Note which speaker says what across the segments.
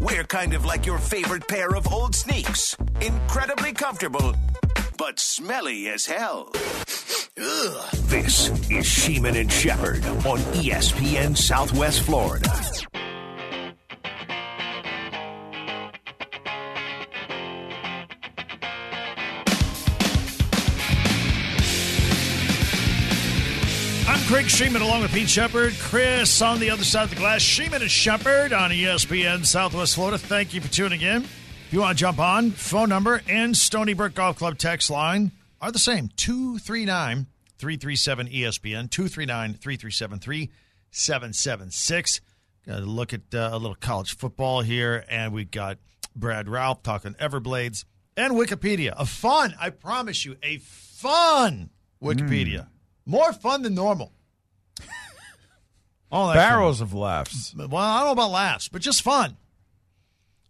Speaker 1: We're kind of like your favorite pair of old sneaks. Incredibly comfortable, but smelly as hell. Ugh. This is Sheeman and Shepherd on E ESPN Southwest Florida.
Speaker 2: I'm Craig Sheeman along with Pete Shepard. Chris on the other side of the glass. Sheeman and Shepard on E ESPN Southwest Florida. Thank you for tuning in. If you want to jump on, phone number and Stony Brook Golf Club text line are the same 239 337 ESPN, 239 337 3776. Got to look at uh, a little college football here, and we got Brad Ralph talking Everblades and Wikipedia. A fun, I promise you, a fun Wikipedia. More fun than normal. All that
Speaker 3: Barrels of laughs.
Speaker 2: Well, I don't know about laughs, but just fun.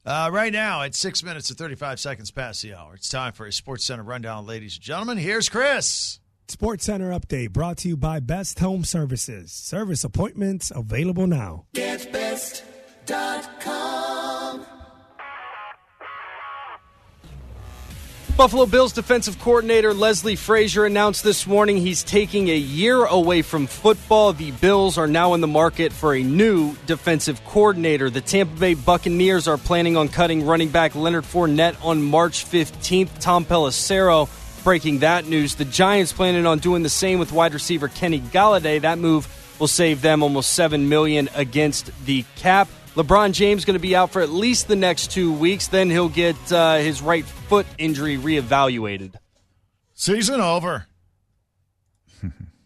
Speaker 2: Uh, right now, at six minutes and 35 seconds past the hour, it's time for a Sports Center rundown, ladies and gentlemen. Here's Chris.
Speaker 4: Sports Center update brought to you by Best Home Services. Service appointments available now.
Speaker 5: Buffalo Bills defensive coordinator Leslie Frazier announced this morning he's taking a year away from football. The Bills are now in the market for a new defensive coordinator. The Tampa Bay Buccaneers are planning on cutting running back Leonard Fournette on March 15th. Tom Pelissero breaking that news. The Giants planning on doing the same with wide receiver Kenny Galladay. That move will save them almost 7 million against the cap. LeBron James going to be out for at least the next two weeks. Then he'll get uh, his right foot injury reevaluated.
Speaker 2: Season over.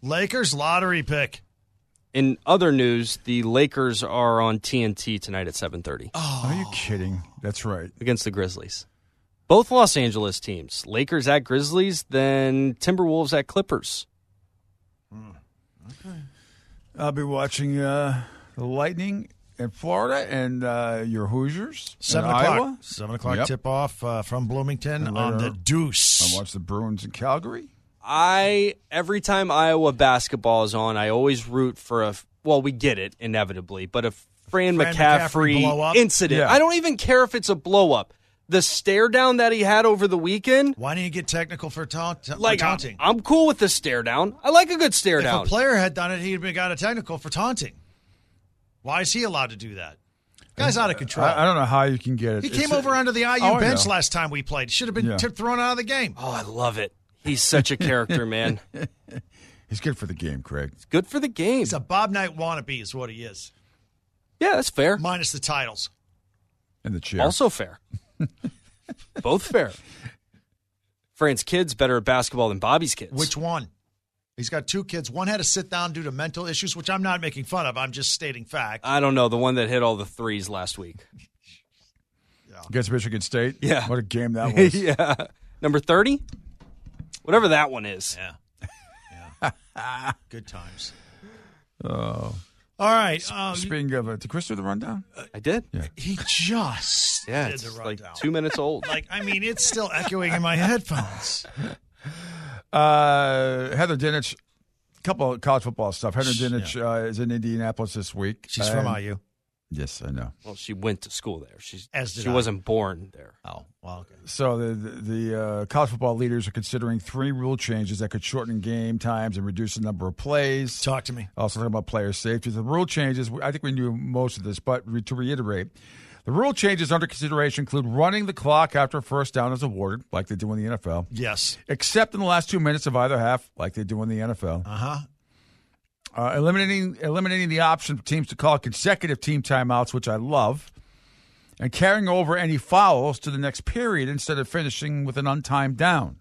Speaker 2: Lakers lottery pick.
Speaker 5: In other news, the Lakers are on TNT tonight at 7:30
Speaker 3: Are you kidding? That's right.
Speaker 5: against the Grizzlies. Both Los Angeles teams, Lakers at Grizzlies, then Timberwolves at Clippers.
Speaker 3: I'll be watching uh, the Lightning in Florida and uh, your Hoosiers. in
Speaker 2: Seven o'clock.
Speaker 3: Iowa.
Speaker 2: Seven o'clock
Speaker 3: Yep.
Speaker 2: tip off uh, from Bloomington
Speaker 3: And
Speaker 2: on
Speaker 3: later-
Speaker 2: the Deuce.
Speaker 3: I watch the Bruins in Calgary.
Speaker 5: I every time Iowa basketball is on, I always root for a well, we get it inevitably, but a Fran,
Speaker 2: Fran McCaffrey
Speaker 5: McCaffrey,
Speaker 2: blow up?
Speaker 5: incident.
Speaker 3: Yeah.
Speaker 5: I don't even care if it's a blow up. The stare down that he had over the weekend,
Speaker 2: Why didn't you get technical for, taunt- for
Speaker 5: like uh, I'm,
Speaker 2: taunting?
Speaker 5: I'm cool with the stare down. I like a good stare
Speaker 2: if
Speaker 5: down.
Speaker 2: a player had done it, he'd have got a technical for taunting. Why is he allowed to do that? Guy's out of control.
Speaker 3: I, I don't know how you can get it.
Speaker 2: He
Speaker 3: It's-
Speaker 2: came over onto the IU
Speaker 3: Oh, I
Speaker 2: bench
Speaker 3: know.
Speaker 2: last time we played. Should have been
Speaker 3: Yeah.
Speaker 2: t- thrown out of the game.
Speaker 5: oh, I love it. He's such a character, man.
Speaker 3: He's good for the game, Craig.
Speaker 5: Good for the game.
Speaker 2: He's a Bob Knight wannabe, is what he is,
Speaker 5: Yeah, that's fair.
Speaker 2: minus the titles.
Speaker 3: And the chair.
Speaker 5: Also fair. Both fair. Fran's kids better at basketball than Bobby's kids.
Speaker 2: Which one? He's got two kids. One had to sit down due to mental issues, which I'm not making fun of. I'm just stating fact.
Speaker 5: I don't know, the one that hit all the threes last week.
Speaker 3: Against Michigan State.
Speaker 5: Yeah.
Speaker 3: What a game that was.
Speaker 5: yeah. Number 30? Whatever that one is.
Speaker 2: Yeah. yeah. Good times. Oh. All right. Um,
Speaker 3: Speaking of, uh, did Chris do the rundown?
Speaker 5: I did. Yeah.
Speaker 2: he just did
Speaker 5: it's
Speaker 2: the
Speaker 5: like
Speaker 2: rundown.
Speaker 5: two minutes old.
Speaker 2: like, I mean, it's still echoing in my headphones.
Speaker 3: Uh, Heather Dinich, a couple of college football stuff. Heather Dinich uh, is in Indianapolis this week.
Speaker 2: She's from
Speaker 3: And-
Speaker 2: IU.
Speaker 3: Yes, I know.
Speaker 5: well, she went to school there. She's,
Speaker 2: As did
Speaker 5: she
Speaker 2: I.
Speaker 5: wasn't born there.
Speaker 2: Oh, well, okay.
Speaker 3: So the the, the uh, college football leaders are considering three rule changes that could shorten game times and reduce the number of plays.
Speaker 2: Talk to me.
Speaker 3: Also talking about player safety. The rule changes. I think we knew most of this, but re- to reiterate, the rule changes under consideration include running the clock after a first down is awarded, like they do in the NFL,
Speaker 2: Yes.
Speaker 3: except in the last two minutes of either half, like they do in the NFL.
Speaker 2: Uh huh.
Speaker 3: Uh, eliminating eliminating the option for teams to call consecutive team timeouts, which I love, and carrying over any fouls to the next period instead of finishing with an untimed down.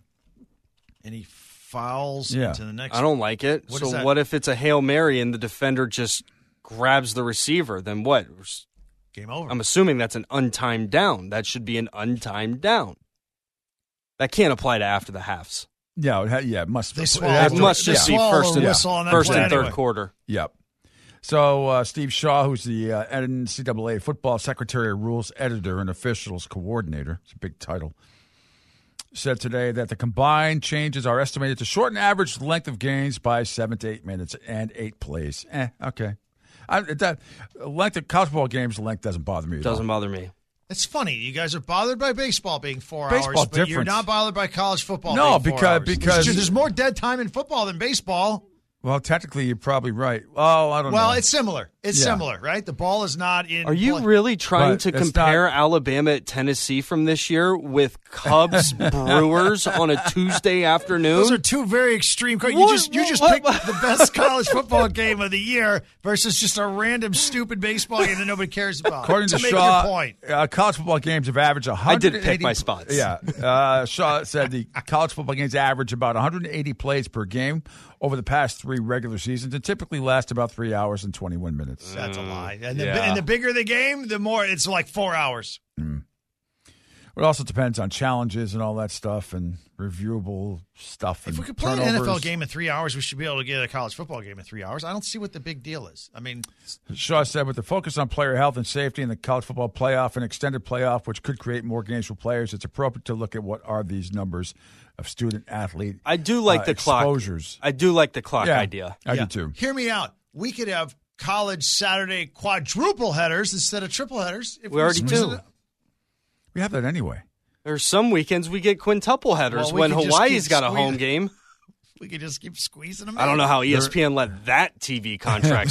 Speaker 2: And he fouls
Speaker 3: Yeah.
Speaker 2: into the next.
Speaker 5: I don't like it.
Speaker 2: What is
Speaker 5: so
Speaker 2: that?
Speaker 5: what if it's a Hail Mary and the defender just grabs the receiver? Then what?
Speaker 2: Game over.
Speaker 5: I'm assuming that's an untimed down. That should be an untimed down. That can't apply to after the halves.
Speaker 3: Yeah, it ha- yeah, it must
Speaker 2: They
Speaker 3: it
Speaker 2: swallow
Speaker 3: has
Speaker 5: That
Speaker 2: it.
Speaker 3: to-
Speaker 5: must
Speaker 2: They
Speaker 5: just
Speaker 3: yeah,
Speaker 5: be
Speaker 2: swallow
Speaker 5: first
Speaker 2: the
Speaker 5: and,
Speaker 2: whistle on that
Speaker 5: first
Speaker 2: play
Speaker 5: and third
Speaker 2: anyway.
Speaker 5: quarter.
Speaker 3: Yep. So uh, Steve Shaw, who's the uh, NCAA football secretary, rules editor, and officials coordinator, it's a big title, said today that the combined changes are estimated to shorten average length of games by seven to eight minutes and eight plays. Eh, okay. I, that length of college football games length doesn't bother me. At all.
Speaker 5: Doesn't bother me.
Speaker 2: It's funny. You guys are bothered by baseball being four
Speaker 3: Baseball
Speaker 2: hours, but you're
Speaker 3: difference.
Speaker 2: not bothered by college football.
Speaker 3: No,
Speaker 2: being four
Speaker 3: because-
Speaker 2: hours. There's
Speaker 3: because-
Speaker 2: ju- there's more dead time in football than baseball.
Speaker 3: Well, technically, you're probably right. Oh, I don't know.
Speaker 2: Well, it's similar. It's
Speaker 3: Yeah.
Speaker 2: similar, right? The ball is not in.
Speaker 5: Are you
Speaker 2: play.
Speaker 5: really trying
Speaker 3: But
Speaker 5: to
Speaker 3: that's
Speaker 5: compare
Speaker 3: not-
Speaker 5: Alabama at Tennessee from this year with Cubs Brewers on a Tuesday
Speaker 2: Those
Speaker 5: afternoon?
Speaker 2: are two very extreme. que- You
Speaker 5: What-
Speaker 2: just you just
Speaker 5: what-
Speaker 2: picked the best college football game of the year versus just a random stupid baseball game that nobody cares about.
Speaker 3: According
Speaker 2: to,
Speaker 3: to,
Speaker 2: make
Speaker 3: Shaw,
Speaker 2: your point,
Speaker 3: Uh, college football games have averaged 180.
Speaker 5: did pick my spots.
Speaker 3: Yeah. Uh, Shaw said the college football games average about 180 plays per game over the past three regular seasons and typically last about three hours and 21 minutes.
Speaker 5: Mm.
Speaker 2: that's a lie. And the,
Speaker 3: yeah.
Speaker 2: and the bigger the game, the more it's like four hours.
Speaker 3: It also depends on challenges and all that stuff and reviewable stuff.
Speaker 2: If
Speaker 3: and
Speaker 2: we could play
Speaker 3: turnovers.
Speaker 2: an NFL game in three hours, we should be able to get a college football game in three hours. I don't see what the big deal is. I mean,
Speaker 3: Shaw said, with the focus on player health and safety in the college football playoff and extended playoff, which could create more games for players, it's appropriate to look at what are these numbers of student athlete
Speaker 5: I do like
Speaker 3: uh,
Speaker 5: the clock.
Speaker 3: exposures.
Speaker 5: I do like the clock
Speaker 3: Yeah,
Speaker 5: idea.
Speaker 3: I
Speaker 2: yeah.
Speaker 3: do too.
Speaker 2: Hear me out. We could have college Saturday quadruple headers instead of triple headers. If
Speaker 5: We already
Speaker 2: switched
Speaker 5: do.
Speaker 2: it up.
Speaker 3: We have that anyway.
Speaker 5: There's some weekends we get quintuple headers
Speaker 2: Well, we
Speaker 5: when
Speaker 2: could just
Speaker 5: Hawaii's
Speaker 2: keep
Speaker 5: got a
Speaker 2: squeezing-
Speaker 5: home game.
Speaker 2: We could just keep squeezing them.
Speaker 5: I don't know how E ESPN let that TV contract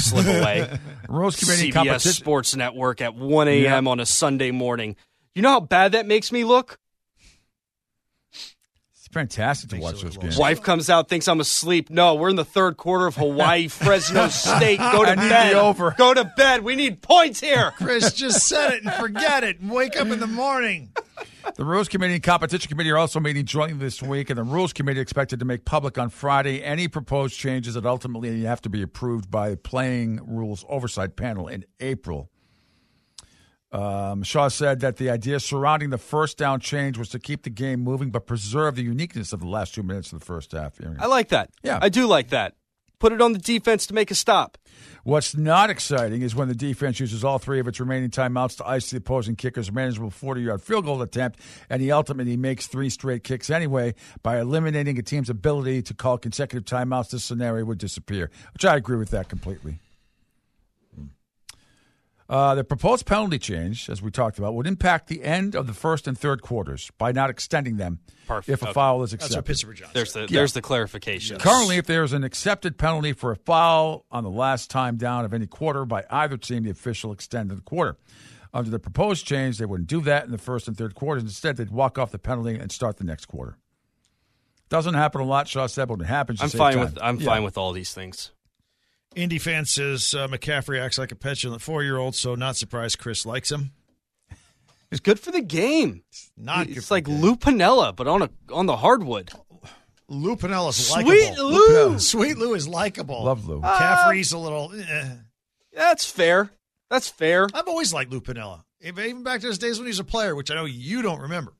Speaker 5: slip away.
Speaker 3: Rules committee
Speaker 5: CBS
Speaker 3: competition.
Speaker 5: Sports Network at 1 a.m.
Speaker 3: Yeah.
Speaker 5: on a Sunday morning. You know how bad that makes me look?
Speaker 3: It's fantastic to
Speaker 2: Makes
Speaker 3: watch
Speaker 2: it look
Speaker 3: those
Speaker 2: a
Speaker 3: games.
Speaker 2: little-
Speaker 5: Wife comes out, thinks I'm asleep. No, we're in the third quarter of Hawaii, Fresno State. Go
Speaker 3: I
Speaker 5: to
Speaker 3: need
Speaker 5: bed.
Speaker 3: the over.
Speaker 5: Go to bed. We need points here.
Speaker 2: Chris just said it and forget it. and Wake up in the morning.
Speaker 3: The Rules Committee and Competition Committee are also meeting jointly this week, and the Rules Committee expected to make public on Friday any proposed changes that ultimately have to be approved by the Playing Rules Oversight Panel in April. Um, Shaw said that the idea surrounding the first down change was to keep the game moving but preserve the uniqueness of the last two minutes of the first half.
Speaker 5: I like that.
Speaker 3: Yeah.
Speaker 5: I do like that. Put it on the defense to make a stop.
Speaker 3: What's not exciting is when the defense uses all three of its remaining timeouts to ice the opposing kicker's manageable 40 yard field goal attempt, and he ultimately makes three straight kicks anyway by eliminating a team's ability to call consecutive timeouts. This scenario would disappear, which I agree with that completely. Hmm. Uh, the proposed penalty change, as we talked about, would impact the end of the first and third quarters by not extending them
Speaker 5: Perfect.
Speaker 3: if a
Speaker 5: Okay.
Speaker 3: foul is
Speaker 2: That's what
Speaker 3: accepted.
Speaker 2: Pittsburgh John. said.
Speaker 5: There's the there's the clarification.
Speaker 3: Currently, if there is an accepted penalty for a foul on the last time down of any quarter by either team, the official extended the quarter. Under the proposed change, they wouldn't do that in the first and third quarters. Instead, they'd walk off the penalty and start the next quarter. Doesn't happen a lot, Shaw said, but when it happens, you
Speaker 5: I'm
Speaker 3: save
Speaker 5: fine
Speaker 3: time.
Speaker 5: with I'm
Speaker 3: Yeah.
Speaker 5: fine with all these things.
Speaker 2: Indy fan says uh, McCaffrey acts like a petulant four year old, so not surprised Chris likes him.
Speaker 5: It's good for the game.
Speaker 2: Not
Speaker 5: it's like Lou Pinella, but on a on the hardwood.
Speaker 2: Lou Pinella's
Speaker 5: Sweet
Speaker 2: likable.
Speaker 5: Lou.
Speaker 2: Sweet Lou is likable.
Speaker 3: Love Lou.
Speaker 2: McCaffrey's a little. eh.
Speaker 5: That's fair. That's fair.
Speaker 2: I've always liked Lou Pinella, even even back to his days when he was a player, which I know you don't remember.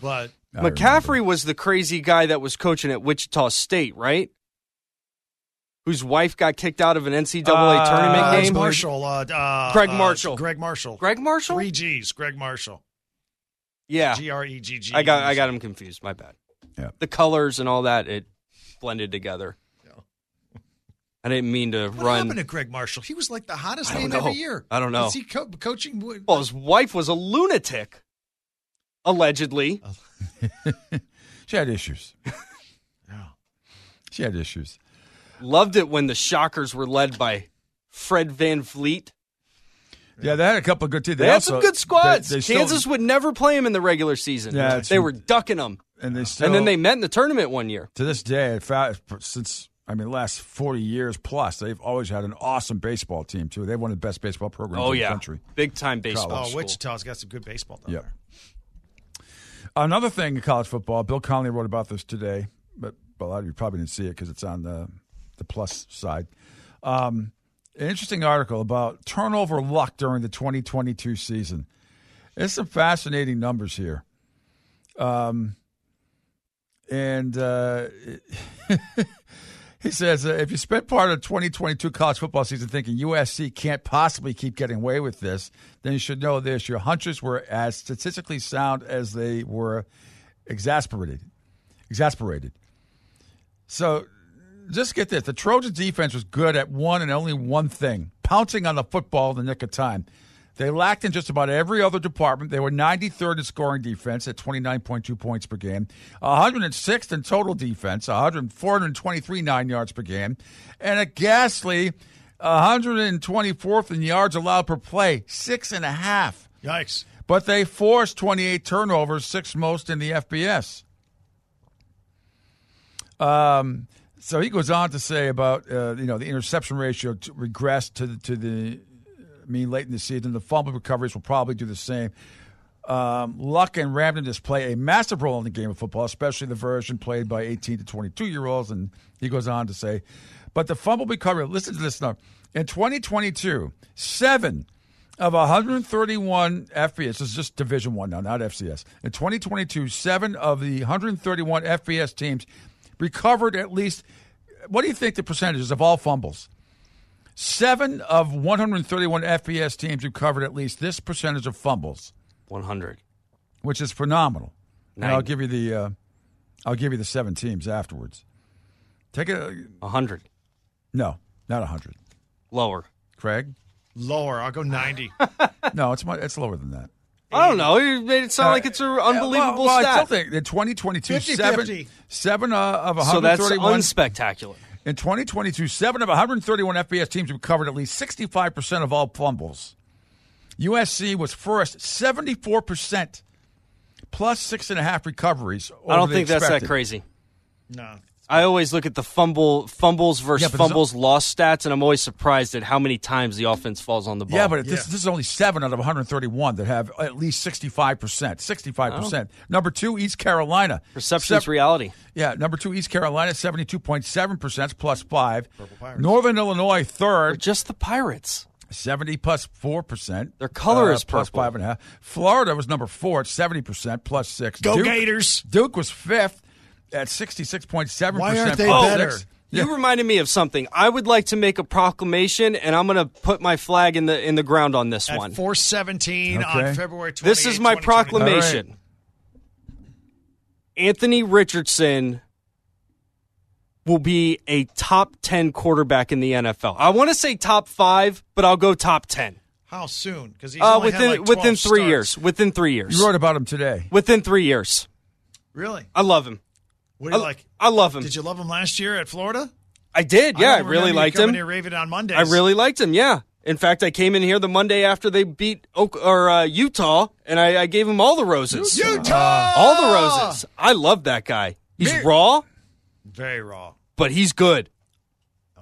Speaker 2: But
Speaker 3: I remember.
Speaker 5: McCaffrey was the crazy guy that was coaching at Wichita State, right? Whose wife got kicked out of an NCAA
Speaker 3: Uh,
Speaker 5: tournament
Speaker 2: uh,
Speaker 5: game.
Speaker 2: it's Marshall, uh, uh,
Speaker 5: Greg
Speaker 2: uh,
Speaker 5: Marshall.
Speaker 2: Greg Marshall,
Speaker 5: Greg Marshall?
Speaker 2: three G's, Greg Marshall,
Speaker 5: Yeah.
Speaker 2: G R E G G.
Speaker 5: I got I got him confused. My bad.
Speaker 3: Yeah.
Speaker 5: The colors and all that it blended together. I didn't mean to
Speaker 2: What
Speaker 5: run.
Speaker 2: happened to Greg Marshall? He was like the hottest
Speaker 5: I don't
Speaker 2: name
Speaker 5: know.
Speaker 2: every year.
Speaker 5: I don't know.
Speaker 2: Is he co- coaching?
Speaker 5: well, his wife was a lunatic, allegedly.
Speaker 2: Uh.
Speaker 3: She had issues.
Speaker 2: Yeah.
Speaker 3: She had issues.
Speaker 5: Loved it when the Shockers were led by Fred Van Vliet.
Speaker 3: Yeah, they had a couple of good teams.
Speaker 5: They, had some
Speaker 3: also-
Speaker 5: good squads.
Speaker 3: they- they still-
Speaker 5: Kansas would never play him in the regular season.
Speaker 3: Yeah, it's-
Speaker 5: they were ducking him,
Speaker 3: and they still,
Speaker 5: and then they met in the tournament one year.
Speaker 3: to this day, in fact, since I mean, last forty years plus, they've always had an awesome baseball team too. They've one of the best baseball programs
Speaker 5: Oh
Speaker 3: in the
Speaker 5: yeah,
Speaker 3: country.
Speaker 5: big time baseball.
Speaker 2: Oh,
Speaker 5: school.
Speaker 2: Wichita's got some good baseball down
Speaker 3: Yep.
Speaker 2: there.
Speaker 3: Another thing in college football, Bill Conley wrote about this today, but a lot of you probably didn't see it because it's on the the plus side. Um, an interesting article about turnover luck during the 2022 season. There's some fascinating numbers here. Um, and uh, He says, uh, if you spent part of 2022 college football season thinking USC can't possibly keep getting away with this, then you should know this. Your hunches were as statistically sound as they were exasperated. Exasperated. So just get this. The Trojans defense was good at one and only one thing pouncing on the football in the nick of time. They lacked in just about every other department. They were 93rd in scoring defense at 29.2 points per game, 106th in total defense, 100, 423 nine yards per game, and a ghastly 124th in yards allowed per play, six and a half.
Speaker 2: Yikes.
Speaker 3: But they forced 28 turnovers, sixth most in the FBS. Um, so he goes on to say about uh, you know the interception ratio to regressed to the, to the I mean late in the season. The fumble recoveries will probably do the same. Um, Luck and Ramden display a massive role in the game of football, especially the version played by 18 to 22 year olds. And he goes on to say, but the fumble recovery. Listen to this number in 2022, seven of 131 FBS. This is just Division One now, not FCS. In 2022, seven of the 131 FBS teams recovered at least. What do you think the percentages of all fumbles? Seven of 131 FBS teams recovered at least this percentage of fumbles,
Speaker 5: 100.
Speaker 3: which is phenomenal. And
Speaker 5: Nine.
Speaker 3: I'll give you the, uh, I'll give you the seven teams afterwards. Take a
Speaker 5: 100.
Speaker 3: no, not 100.
Speaker 5: Lower.
Speaker 3: Craig,
Speaker 2: Lower. I'll go 90.
Speaker 3: no, it's mu- it's lower than that.
Speaker 5: I don't know. You made it sound like it's an unbelievable
Speaker 3: Uh, well, well, I still
Speaker 5: stat.
Speaker 3: think in 2022,
Speaker 2: 50,
Speaker 3: seven,
Speaker 2: 50.
Speaker 3: seven uh, of
Speaker 5: so that's
Speaker 3: 131.
Speaker 5: unspectacular.
Speaker 3: in 2022, seven of 131 FBS teams recovered at least 65% of all fumbles. USC was first, 74%, plus six and a half recoveries.
Speaker 5: I don't
Speaker 3: over the
Speaker 5: think that's that
Speaker 3: expected.
Speaker 5: crazy.
Speaker 2: no.
Speaker 5: I always look at the fumble fumbles versus
Speaker 3: Yeah, but there's
Speaker 5: fumbles lost stats, and I'm always surprised at how many times the offense falls on the ball.
Speaker 3: Yeah, but This,
Speaker 2: Yeah.
Speaker 3: this is only seven out of 131 that have at least 65%. 65%.
Speaker 2: Oh.
Speaker 3: Number two, East Carolina.
Speaker 5: perception's
Speaker 3: Sep-
Speaker 5: reality.
Speaker 3: Yeah, number two, East Carolina, 72.7%, plus five. Northern Illinois,
Speaker 5: They're
Speaker 3: third,
Speaker 5: just the Pirates.
Speaker 3: 70 plus 4%.
Speaker 5: Their color is
Speaker 3: Plus
Speaker 5: purple.
Speaker 3: five and a half. Florida was number four at 70%, plus six.
Speaker 2: Go
Speaker 3: Duke,
Speaker 2: Gators.
Speaker 3: Duke was fifth at 66.7%.
Speaker 2: Why aren't they
Speaker 3: plus
Speaker 2: Oh, better?
Speaker 3: six. Yeah.
Speaker 5: You reminded me of something. I would like to make a proclamation, and I'm going to put my flag in the in the ground on this
Speaker 2: At
Speaker 5: one.
Speaker 2: 417
Speaker 3: Okay.
Speaker 2: on February 28th.
Speaker 5: This is my
Speaker 2: 2022.
Speaker 5: proclamation. Anthony Richardson will be a top 10 quarterback in the NFL. I want to say top 5, but I'll go top 10.
Speaker 2: How soon? Because he's
Speaker 5: Uh,
Speaker 2: only had,
Speaker 5: within
Speaker 2: like, 12
Speaker 5: within 3
Speaker 2: starts.
Speaker 5: years, within 3 years.
Speaker 3: You wrote about him today.
Speaker 5: within 3 years.
Speaker 2: Really?
Speaker 5: I love him.
Speaker 2: What do
Speaker 5: I,
Speaker 2: you like?
Speaker 5: I love him.
Speaker 2: Did you love him last year at Florida?
Speaker 5: I did.
Speaker 2: don't
Speaker 5: Yeah, I,
Speaker 2: remember
Speaker 5: really
Speaker 2: you
Speaker 5: liked
Speaker 2: coming
Speaker 5: him.
Speaker 2: Here raving on Mondays.
Speaker 5: I really liked him. Yeah. In fact, I came in here the Monday after they beat Oak, or uh, Utah, and I, I gave him all the roses.
Speaker 2: Utah!
Speaker 5: Uh, all the roses. I love that guy. He's
Speaker 3: Mir-
Speaker 5: raw,
Speaker 2: Very raw.
Speaker 5: but he's good.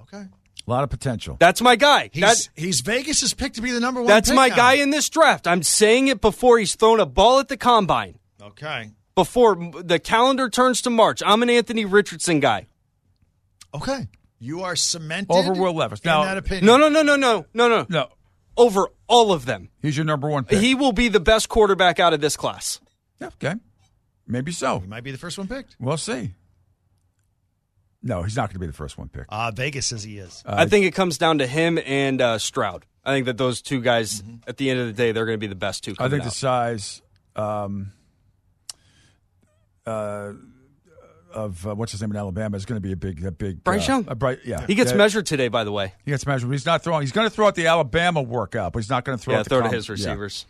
Speaker 2: Okay.
Speaker 3: A lot of potential.
Speaker 5: That's my guy.
Speaker 2: He's,
Speaker 5: That-
Speaker 2: he's Vegas' pick to be the number one.
Speaker 5: that's
Speaker 2: pick
Speaker 5: my
Speaker 2: now.
Speaker 5: guy in this draft. I'm saying it before he's thrown a ball at the combine.
Speaker 2: Okay.
Speaker 5: Before m- the calendar turns to March, I'm an Anthony Richardson guy.
Speaker 2: Okay. You are cemented
Speaker 3: Over Will Levis.
Speaker 2: in
Speaker 3: Now-
Speaker 2: that opinion.
Speaker 5: No, no, no, no, no, no, no.
Speaker 3: No,
Speaker 5: Over all of them,
Speaker 3: he's your number one pick.
Speaker 5: he will be the best quarterback out of this class.
Speaker 3: Yeah, okay. Maybe so.
Speaker 2: He might be the first one picked.
Speaker 3: We'll see. No, he's not going to be the first one picked.
Speaker 2: Uh, Vegas says he is.
Speaker 5: I think it comes down to him and uh, Stroud. I think that those two guys, at the end of the day, they're going to be the best two.
Speaker 3: Mm-hmm. I
Speaker 5: coming
Speaker 3: think the
Speaker 5: out.
Speaker 3: size um, uh, of uh, what's his name in Alabama is going to be a big, a big.
Speaker 5: Bryce
Speaker 3: uh,
Speaker 5: Young.
Speaker 3: a bright, yeah,
Speaker 5: he gets
Speaker 3: Yeah,
Speaker 5: measured today, by the way.
Speaker 3: He gets measured. but He's not throwing. He's going to throw out the Alabama workout, but he's not going to throw.
Speaker 5: Yeah,
Speaker 3: out the
Speaker 5: throw to
Speaker 3: com-
Speaker 5: his
Speaker 3: yeah.
Speaker 5: receivers.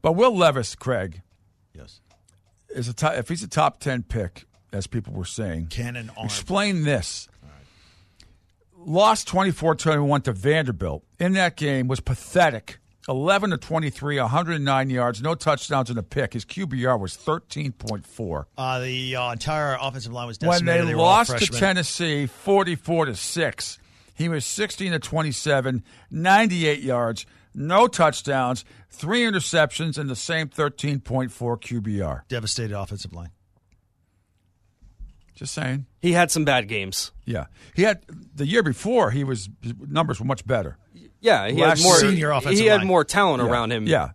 Speaker 3: But Will Levis, Craig,
Speaker 2: yes.
Speaker 3: is a top, if he's a top ten pick, as people were saying,
Speaker 2: Cannon arm.
Speaker 3: Explain this. Lost 24 21 to Vanderbilt. In that game was pathetic. 11 to 23, 109 yards, no touchdowns and a pick. His QBR was 13.4.
Speaker 2: Uh, the uh, entire offensive line was
Speaker 3: When
Speaker 2: decimated.
Speaker 3: they
Speaker 2: were all
Speaker 3: lost to
Speaker 2: freshmen.
Speaker 3: Tennessee 44 to 6, he was 16 to 27, 98 yards, no touchdowns, three interceptions and the same 13.4 QBR.
Speaker 2: devastated offensive line.
Speaker 3: Just saying.
Speaker 5: He had some bad games.
Speaker 3: Yeah. He had the year before he was his numbers were much better.
Speaker 5: Yeah, he
Speaker 3: Last
Speaker 5: had more.
Speaker 2: senior offensive
Speaker 5: he had
Speaker 2: line.
Speaker 5: more talent around him.
Speaker 3: Yeah.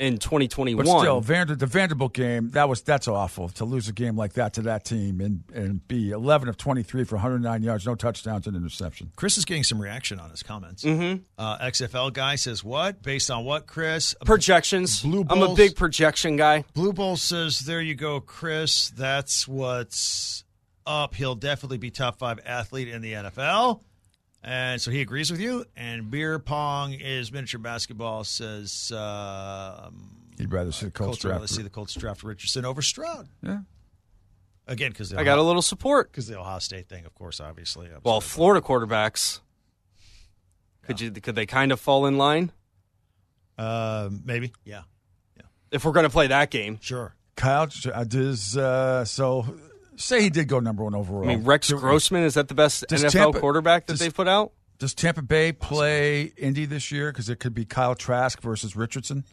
Speaker 5: in 2021.
Speaker 3: But still, Vander, the Vanderbilt game that was that's awful to lose a game like that to that team and and be eleven of twenty three for one hundred nine yards, no touchdowns and interception.
Speaker 2: Chris is getting some reaction on his comments. Mm-hmm. Uh, XFL guy says what? Based on what, Chris?
Speaker 5: projections.
Speaker 2: Blue
Speaker 5: I'm a
Speaker 2: balls.
Speaker 5: big projection guy.
Speaker 2: Blue Bowl says, "There you go, Chris. That's what's up. He'll definitely be top five athlete in the NFL." And so he agrees with you. And beer pong is miniature basketball. Says uh,
Speaker 3: You'd rather see the Colts
Speaker 2: Colts. Let's
Speaker 3: draft-
Speaker 2: see the Colts draft Richardson over Stroud
Speaker 3: Yeah.
Speaker 2: again because
Speaker 5: I got a little support.
Speaker 2: because the Ohio State thing, of course, obviously.
Speaker 5: Well, Florida quarterbacks. Could you? Could they kind of fall in line
Speaker 2: uh, maybe. Yeah,
Speaker 5: if we're going to play that game?
Speaker 2: sure.
Speaker 3: Kyle uh, does uh, so. Say he did go number one overall.
Speaker 5: I mean, Rex
Speaker 3: Do-
Speaker 5: Grossman is that the best
Speaker 3: Does
Speaker 5: NFL
Speaker 3: Tampa-
Speaker 5: quarterback that
Speaker 3: does-
Speaker 5: they've put out?
Speaker 3: Does Tampa Bay play Indy this year? Because it could be Kyle Trask versus Richardson.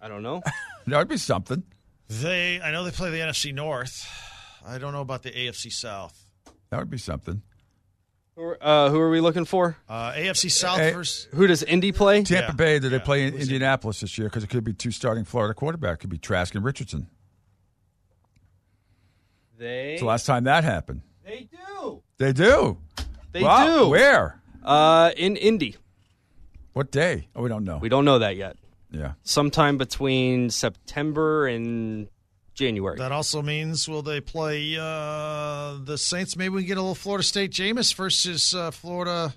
Speaker 5: I don't know.
Speaker 3: That would be something.
Speaker 2: They, I know they play the NFC North. I don't know about the AFC South.
Speaker 3: That would be something.
Speaker 5: who, are, uh, who are we looking for?
Speaker 2: Uh, AFC South
Speaker 3: Eh,
Speaker 2: versus
Speaker 5: Who does Indy play?
Speaker 3: Tampa
Speaker 2: Yeah,
Speaker 3: Bay, do they
Speaker 2: yeah.
Speaker 3: play in
Speaker 2: Who's it?
Speaker 3: Indianapolis this year? Because it could be two starting Florida quarterback. It could be Trask and Richardson.
Speaker 5: They
Speaker 3: It's the last time that happened.
Speaker 5: they do.
Speaker 3: They do.
Speaker 5: They
Speaker 3: Wow.
Speaker 5: do.
Speaker 3: Where?
Speaker 5: Uh, in Indy.
Speaker 3: What day? Oh, we don't know.
Speaker 5: We don't know that yet.
Speaker 3: yeah.
Speaker 5: Sometime between September and January.
Speaker 2: That also means will they play uh, the Saints? Maybe we can get a little Florida State Jameis versus uh, Florida.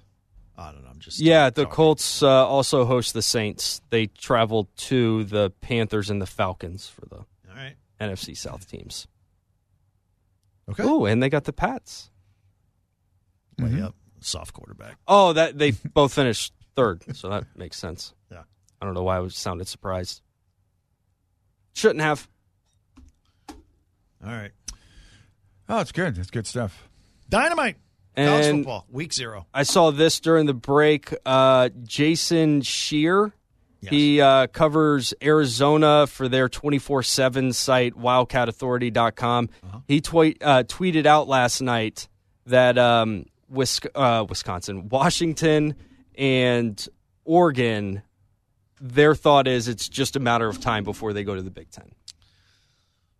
Speaker 2: I don't know. I'm just
Speaker 5: yeah, the
Speaker 2: talking.
Speaker 5: Colts uh, also host the Saints. They travel to the Panthers and the Falcons for the
Speaker 2: All right.
Speaker 5: NFC South teams.
Speaker 2: Okay.
Speaker 5: Oh, and they got the Pats.
Speaker 2: Way
Speaker 5: Mm-hmm.
Speaker 2: up. Soft quarterback.
Speaker 5: Oh, that they both finished third, so that makes sense.
Speaker 2: Yeah.
Speaker 5: I don't know why I was sounded surprised. Shouldn't have.
Speaker 2: All right.
Speaker 3: Oh, it's good. It's good stuff.
Speaker 2: Dynamite. College
Speaker 5: And
Speaker 2: football. Week zero.
Speaker 5: I saw this during the break. Uh, Jason Shear,
Speaker 2: Yes.
Speaker 5: he uh, covers Arizona for their 24 7 site, wildcatauthority.com.
Speaker 2: Uh-huh.
Speaker 5: He tweet, uh, tweeted out last night that um, Wis- uh, Wisconsin, Washington, and Oregon, their thought is it's just a matter of time before they go to the Big Ten.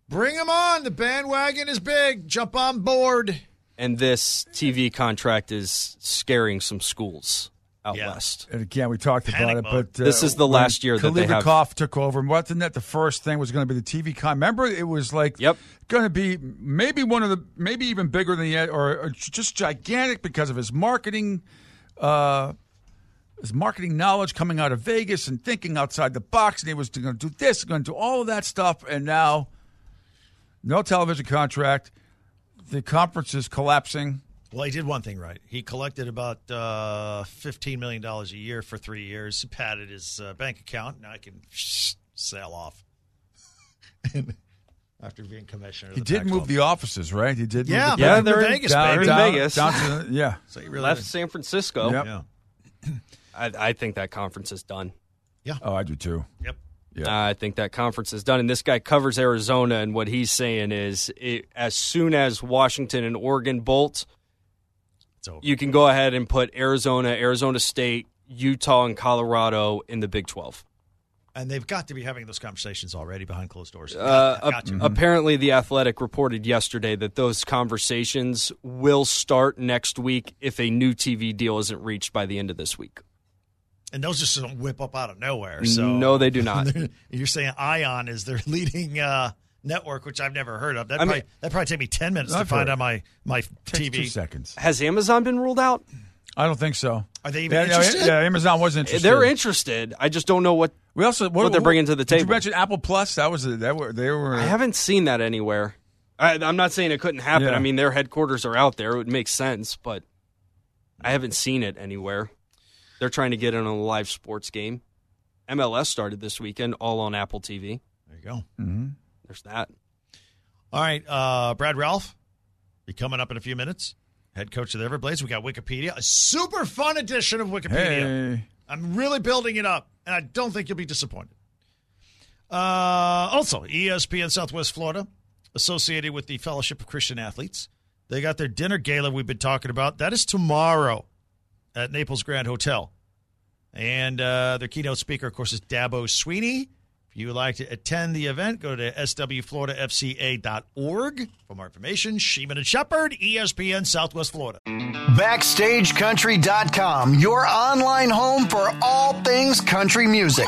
Speaker 2: Bring them on. The bandwagon is big. Jump on board.
Speaker 5: And this TV contract is scaring some schools out
Speaker 2: Yeah.
Speaker 5: west.
Speaker 3: And again, we talked
Speaker 2: Panic
Speaker 3: about it,
Speaker 2: mode.
Speaker 3: but uh,
Speaker 5: This is the
Speaker 3: when
Speaker 5: last year that they have-
Speaker 3: Kolesnikov took over, and wasn't that the first thing was going to be the TV con? Remember, it was like
Speaker 5: Yep.
Speaker 3: going to be maybe one of the maybe even bigger than the or, or just gigantic because of his marketing, uh, his marketing knowledge coming out of Vegas and thinking outside the box, and he was going to do this, going to do all of that stuff, and now no television contract, the conference is collapsing.
Speaker 2: Well, he did one thing right. He collected about uh, $15 million a year for three years, padded his uh, bank account. Now I can sail off. After being commissioner, of
Speaker 3: He
Speaker 2: the
Speaker 3: did move
Speaker 2: Pac-12.
Speaker 3: the offices, right? He did.
Speaker 2: Yeah,
Speaker 3: move the
Speaker 5: Yeah,
Speaker 2: they're,
Speaker 5: they're
Speaker 2: in
Speaker 5: in
Speaker 2: Vegas,
Speaker 3: down,
Speaker 2: baby.
Speaker 5: in
Speaker 3: down-
Speaker 5: Vegas.
Speaker 3: down to the- yeah.
Speaker 2: So you really
Speaker 5: left San Francisco.
Speaker 3: Yep.
Speaker 2: Yeah.
Speaker 5: I, I think that conference is done.
Speaker 3: Oh, I do too.
Speaker 2: Yep.
Speaker 3: Yeah.
Speaker 5: I think that conference is done. And this guy covers Arizona, and what he's saying is, it, as soon as Washington and Oregon bolt,
Speaker 2: It's over.
Speaker 5: you can go ahead and put Arizona, Arizona State, Utah, and Colorado in the Big Twelve.
Speaker 2: and they've got to be having those conversations already behind closed doors.
Speaker 5: Uh,
Speaker 2: Got
Speaker 5: ap-
Speaker 2: to.
Speaker 5: Apparently, the Athletic reported yesterday that those conversations will start next week if a new TV deal isn't reached by the end of this week.
Speaker 2: And those just don't whip up out of nowhere. So
Speaker 5: no, they do not.
Speaker 2: You're saying Ion is their leading uh, network, which I've never heard of. That
Speaker 5: I
Speaker 2: probably
Speaker 5: mean-
Speaker 2: that probably take me ten minutes to
Speaker 3: I've
Speaker 2: find
Speaker 3: heard.
Speaker 2: on my my
Speaker 3: Takes Two
Speaker 2: TV.
Speaker 3: seconds.
Speaker 5: Has Amazon been ruled out?
Speaker 3: I don't think so.
Speaker 2: Are they even
Speaker 3: yeah, no,
Speaker 2: interested?
Speaker 3: yeah, Amazon was interested.
Speaker 5: They're interested. I just don't know what
Speaker 3: We also what,
Speaker 5: what they're bringing to the
Speaker 3: did
Speaker 5: table.
Speaker 3: You mentioned Apple Plus. That was a, that were they were.
Speaker 5: I haven't seen that anywhere. I, I'm not saying it couldn't happen.
Speaker 3: Yeah.
Speaker 5: I mean, their headquarters are out there. It would make sense, but I haven't seen it anywhere. They're trying to get in on a live sports game. MLS started this weekend, all on Apple TV.
Speaker 2: There you go.
Speaker 5: There's that.
Speaker 2: All right, uh, Brad Ralph, be coming up in a few minutes. Head coach of the Everblades. We got Wikipedia, a super fun edition of Wikipedia.
Speaker 3: Hey,
Speaker 2: I'm really building it up, and I don't think you'll be disappointed. Uh, also, ESPN Southwest Florida, associated with the Fellowship of Christian Athletes, they got their dinner gala we've been talking about. That is tomorrow at Naples Grand Hotel. And uh, their keynote speaker, of course, is Dabo Sweeney. If you would like to attend the event, go to swfloridafca.org for more information. Sheeman and Shepherd, E ESPN Southwest Florida.
Speaker 6: BackstageCountry.com, your online home for all things country music.